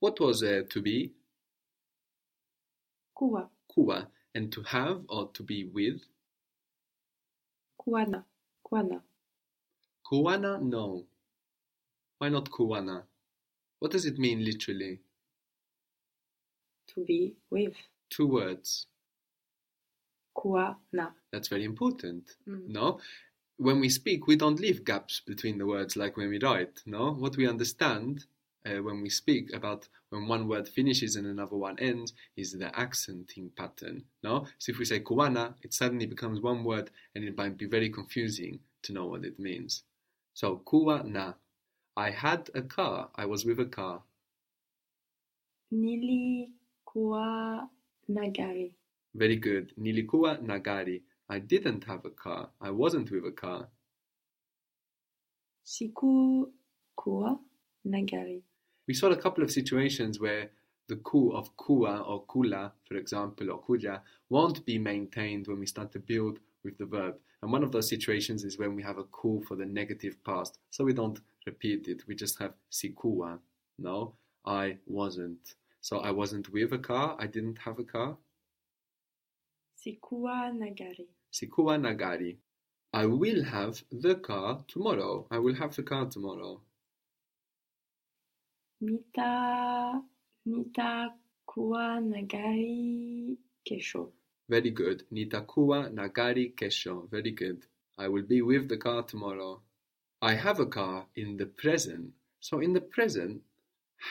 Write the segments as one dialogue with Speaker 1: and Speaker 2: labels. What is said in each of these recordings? Speaker 1: What was to be?
Speaker 2: kuwa,
Speaker 1: Kuwa. And to have or to be with?
Speaker 2: kuana, kuana.
Speaker 1: Kuwana? No. Why not kuwana? What does it mean literally?
Speaker 2: To be with,
Speaker 1: Two words.
Speaker 2: kuana.
Speaker 1: That's very important.
Speaker 2: Mm.
Speaker 1: No? When we speak, we don't leave gaps between the words like when we write. No? What we understand uh, when we speak about when one word finishes and another one ends is the accenting pattern. No? So if we say kuwana, it suddenly becomes one word and it might be very confusing to know what it means. So kuwana. I had a car. I was with a car.
Speaker 2: Nilikuwa na gari,
Speaker 1: Very good. Nilikuwa nagari. I didn't have a car. I wasn't with a car.
Speaker 2: sikukuwa na gari.
Speaker 1: We saw a couple of situations where the ku of kua or kula, for example, or kuja, won't be maintained when we start to build with the verb. And one of those situations is when we have a ku for the negative past. So we don't repeat it. We just have sikua. No, I wasn't. So I wasn't with a car. I didn't have a car.
Speaker 2: Sikuwa na gari.
Speaker 1: Sikua nagari. I will have the car tomorrow. I will have the car tomorrow.
Speaker 2: Nita, nitakuwa na gari kesho.
Speaker 1: Very good. Nitakuwa na gari kesho. Very good. I will be with the car tomorrow. I have a car in the present. So in the present,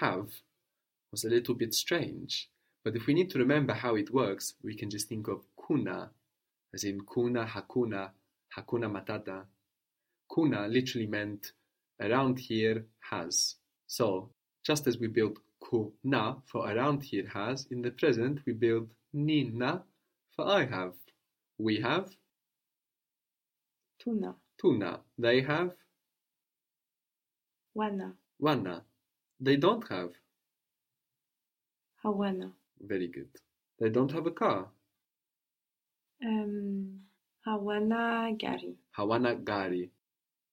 Speaker 1: have was a little bit strange. But if we need to remember how it works, we can just think of kuna, as in kuna hakuna, hakuna matata. Kuna literally meant around here has. So just as we build kuna for around here has, in the present we build nina for I have. We have
Speaker 2: Tuna,
Speaker 1: tuna. They have
Speaker 2: wana,
Speaker 1: wana. They don't have.
Speaker 2: hawana.
Speaker 1: Very good. They don't have a car.
Speaker 2: Um, hawana gari.
Speaker 1: Hawana gari.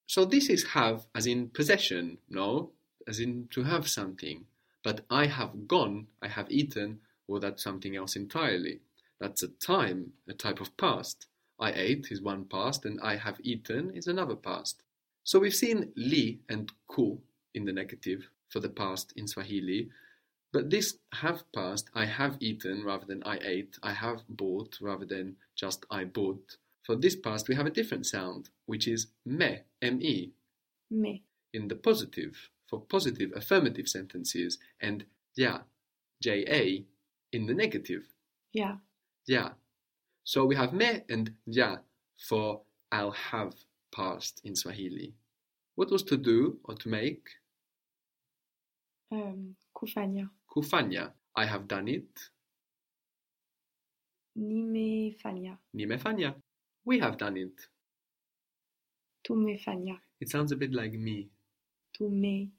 Speaker 1: So this is have as in possession, no? As in to have something. But I have gone, I have eaten, or that's something else entirely. That's a time, a type of past. I ate is one past, and I have eaten is another past. So we've seen li and ku in the negative for the past in Swahili, But this have passed, I have eaten rather than I ate, I have bought rather than just I bought. For this past, we have a different sound, which is me, me,
Speaker 2: Me,
Speaker 1: in the positive, for positive affirmative sentences, and ja, ja, in the negative,
Speaker 2: ya,
Speaker 1: ja. So we have me and ja for I'll have past in Swahili. What was to do or to make?
Speaker 2: um, kufanya.
Speaker 1: Kufanya. I have done it.
Speaker 2: Nimefanya,
Speaker 1: Nimefanya. We have done it.
Speaker 2: tumefanya,
Speaker 1: It sounds a bit like me.
Speaker 2: tumefanya.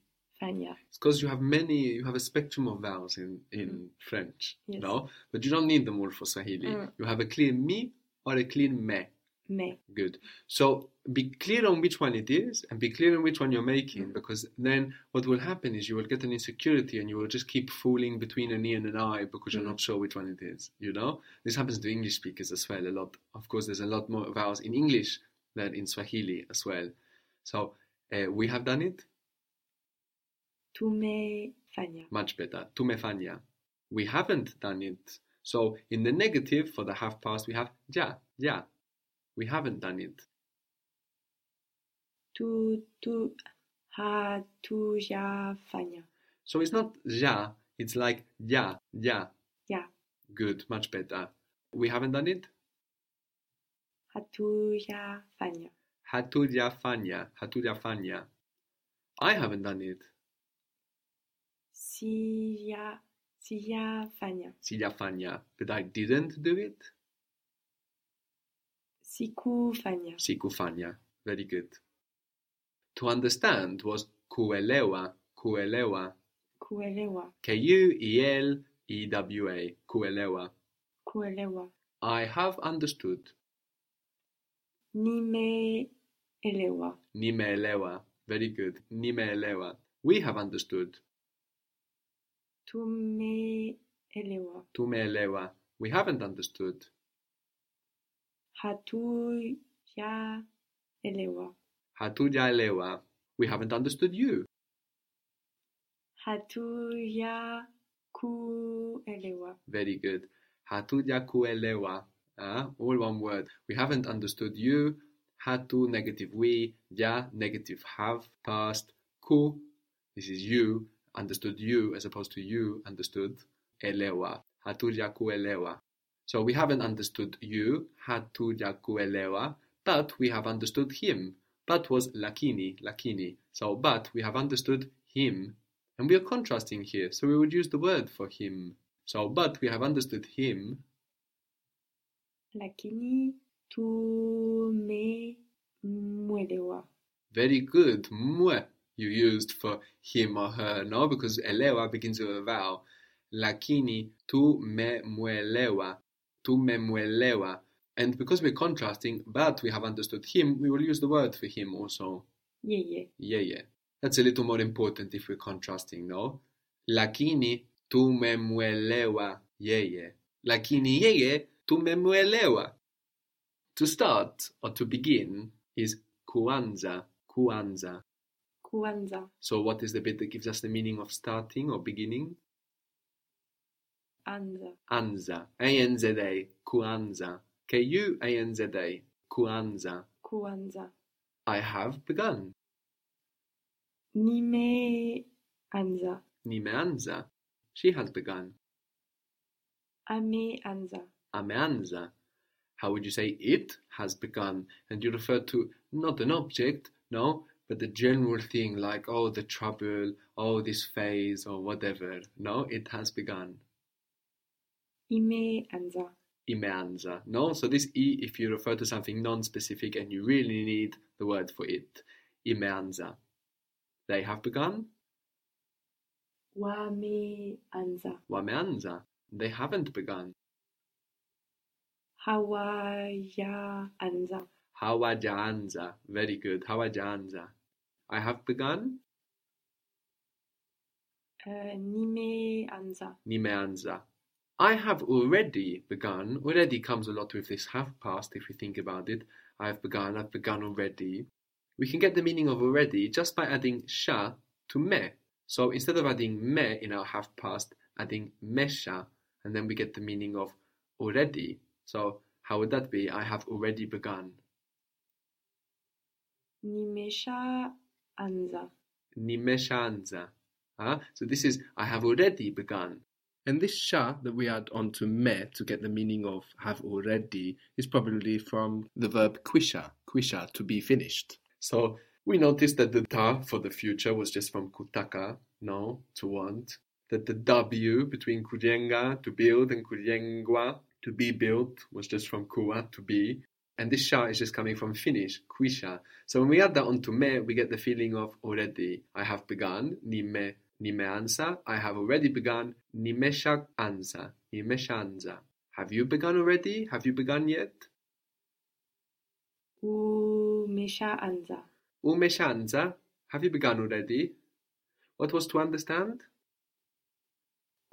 Speaker 1: It's because you have many, you have a spectrum of vowels in, in French,
Speaker 2: Mm. Yes.
Speaker 1: no? But you don't need them all for Swahili.
Speaker 2: Mm.
Speaker 1: You have a clear me or a clear me.
Speaker 2: Me,
Speaker 1: Good. So be clear on which one it is and be clear on which one you're
Speaker 2: Mm.
Speaker 1: making because then what will happen is you will get an insecurity and you will just keep fooling between an E and an I because you're
Speaker 2: Mm.
Speaker 1: not sure which one it is, you know? This happens to English speakers as well a lot. Of course, there's a lot more vowels in English than in Swahili as well. So uh, we have done it.
Speaker 2: tumefanya.
Speaker 1: much better. Tumefanya. We haven't done it. So in the negative for the half past we have ja, ja. We haven't done it.
Speaker 2: Tu, tu, hatujafanya.
Speaker 1: So it's not ja, it's like ja, ja.
Speaker 2: Ya,
Speaker 1: Good, much better. We haven't done it.
Speaker 2: hatujafanya.
Speaker 1: Hatujafanya, hatujafanya. I haven't done it.
Speaker 2: Siya, siyafanya.
Speaker 1: Sijafanya. But I didn't do it.
Speaker 2: Sikufanya.
Speaker 1: Sikufanya. Very good. To understand was kuelewa, kuelewa.
Speaker 2: Kuelewa.
Speaker 1: E K-U-E-L-E-W-A, kuelewa.
Speaker 2: Kuelewa.
Speaker 1: I have understood.
Speaker 2: Nimeelewa.
Speaker 1: Nimeelewa. Very good. Nimeelewa. We have understood.
Speaker 2: tumeelewa,
Speaker 1: Tumeelewa. We haven't understood.
Speaker 2: hatujaelewa,
Speaker 1: Hatujaelewa. We haven't understood you.
Speaker 2: hatujakuelewa,
Speaker 1: Very good. Hatujakuelewa. Ah, all one word. We haven't understood you. Hatu, negative we. Ja, negative have, past. Ku, this is you. Understood you as opposed to you understood. Elewa. Hatujakuelewa. So we haven't understood you. Hatujakuelewa. But we have understood him. But was lakini, lakini. So, but we have understood him. And we are contrasting here, so we would use the word for him. So, but we have understood him,
Speaker 2: lakini tumemwelewa,
Speaker 1: very good. Mwe you used for him or her, no? Because elewa begins with a vowel. Lakini tu me muelewa. Tu me muelewa. And because we're contrasting, but we have understood him, we will use the word for him also.
Speaker 2: yeye,
Speaker 1: Yeah, yeah. That's a little more important if we're contrasting, no? Lakini tu me muelewa. Yeah, yeah. Lakini yeye tu me muelewa. To start or to begin is kuanza, kuanza.
Speaker 2: kuanza,
Speaker 1: So, what is the bit that gives us the meaning of starting or beginning?
Speaker 2: anza,
Speaker 1: Anza. A-N-Z-A. Kuanza. K-U-A-N-Z-A. Kuanza.
Speaker 2: kuanza,
Speaker 1: I have begun.
Speaker 2: nimeanza,
Speaker 1: Nimeanza. She has begun.
Speaker 2: ameanza,
Speaker 1: Ameanza. How would you say it has begun? And you refer to not an object, no, but the general thing like, oh, the trouble, oh, this phase, or whatever. No, it has begun.
Speaker 2: imeanza,
Speaker 1: imeanza. No, so this e, if you refer to something non-specific and you really need the word for it, imeanza. They have begun.
Speaker 2: wameanza,
Speaker 1: Wameanza. They haven't begun.
Speaker 2: hawajaanza,
Speaker 1: Hawajaanza. Very good. Hawajaanza. I have begun.
Speaker 2: eh, nimeanza,
Speaker 1: Nimeanza. I have already begun. Already comes a lot with this have past if we think about it. I've begun, I've begun already. We can get the meaning of already just by adding sha to me. So instead of adding me in our have past, adding mesha, and then we get the meaning of already. So how would that be? I have already begun.
Speaker 2: nimeshaanza,
Speaker 1: nimeshaanza. Ah, so this is I have already begun. And this sha that we add onto me to get the meaning of have already is probably from the verb quisha, quisha, to be finished. So we noticed that the ta for the future was just from kutaka, no, to want. That the w between kujenga, to build, and kujengwa, to be built, was just from kua, to be. And this sha is just coming from Finnish, quisha. So when we add that onto me, we get the feeling of already. I have begun, nime, nimeanza. I have already begun, nimesha anza, nimeshaanza. Have you begun already? Have you begun yet?
Speaker 2: umeshaanza,
Speaker 1: Umeshaanza. Have you begun already? What was to understand?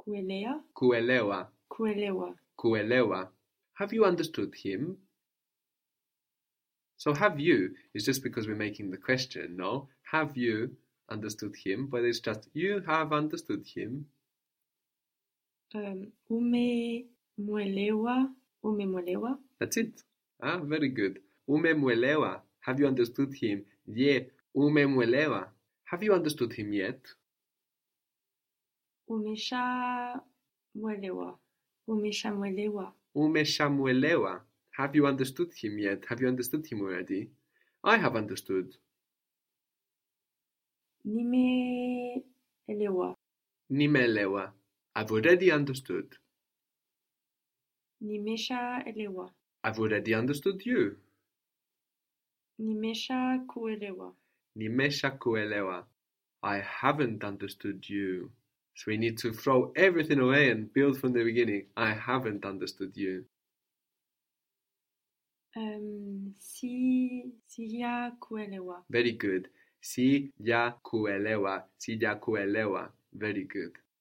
Speaker 1: e
Speaker 2: kuelea,
Speaker 1: Kuelewa,
Speaker 2: kuelewa,
Speaker 1: kuelewa. e Have you understood him? So have you is just because we're making the question, no? Have you understood him? But it's just you have understood him.
Speaker 2: um, umemwelewa, umemwelewa,
Speaker 1: That's it. Ah, very good. Umemwelewa. Have you understood him? Yeah. Umemwelewa. Have you understood him yet?
Speaker 2: umeshamwelewa, umeshamwelewa,
Speaker 1: Umeshamwelewa. Have you understood him yet? Have you understood him already? I have understood.
Speaker 2: nimeelewa,
Speaker 1: Nimelewa. I've already understood.
Speaker 2: nimeshaelewa,
Speaker 1: I've already understood you.
Speaker 2: nimeshakuelewa,
Speaker 1: Nimeshakuelewa. I haven't understood you. So we need to throw everything away and build from the beginning. I haven't understood you.
Speaker 2: um, si, sijakuelewa,
Speaker 1: Very good. Sijakuelewa. Sijakuelewa. Very good.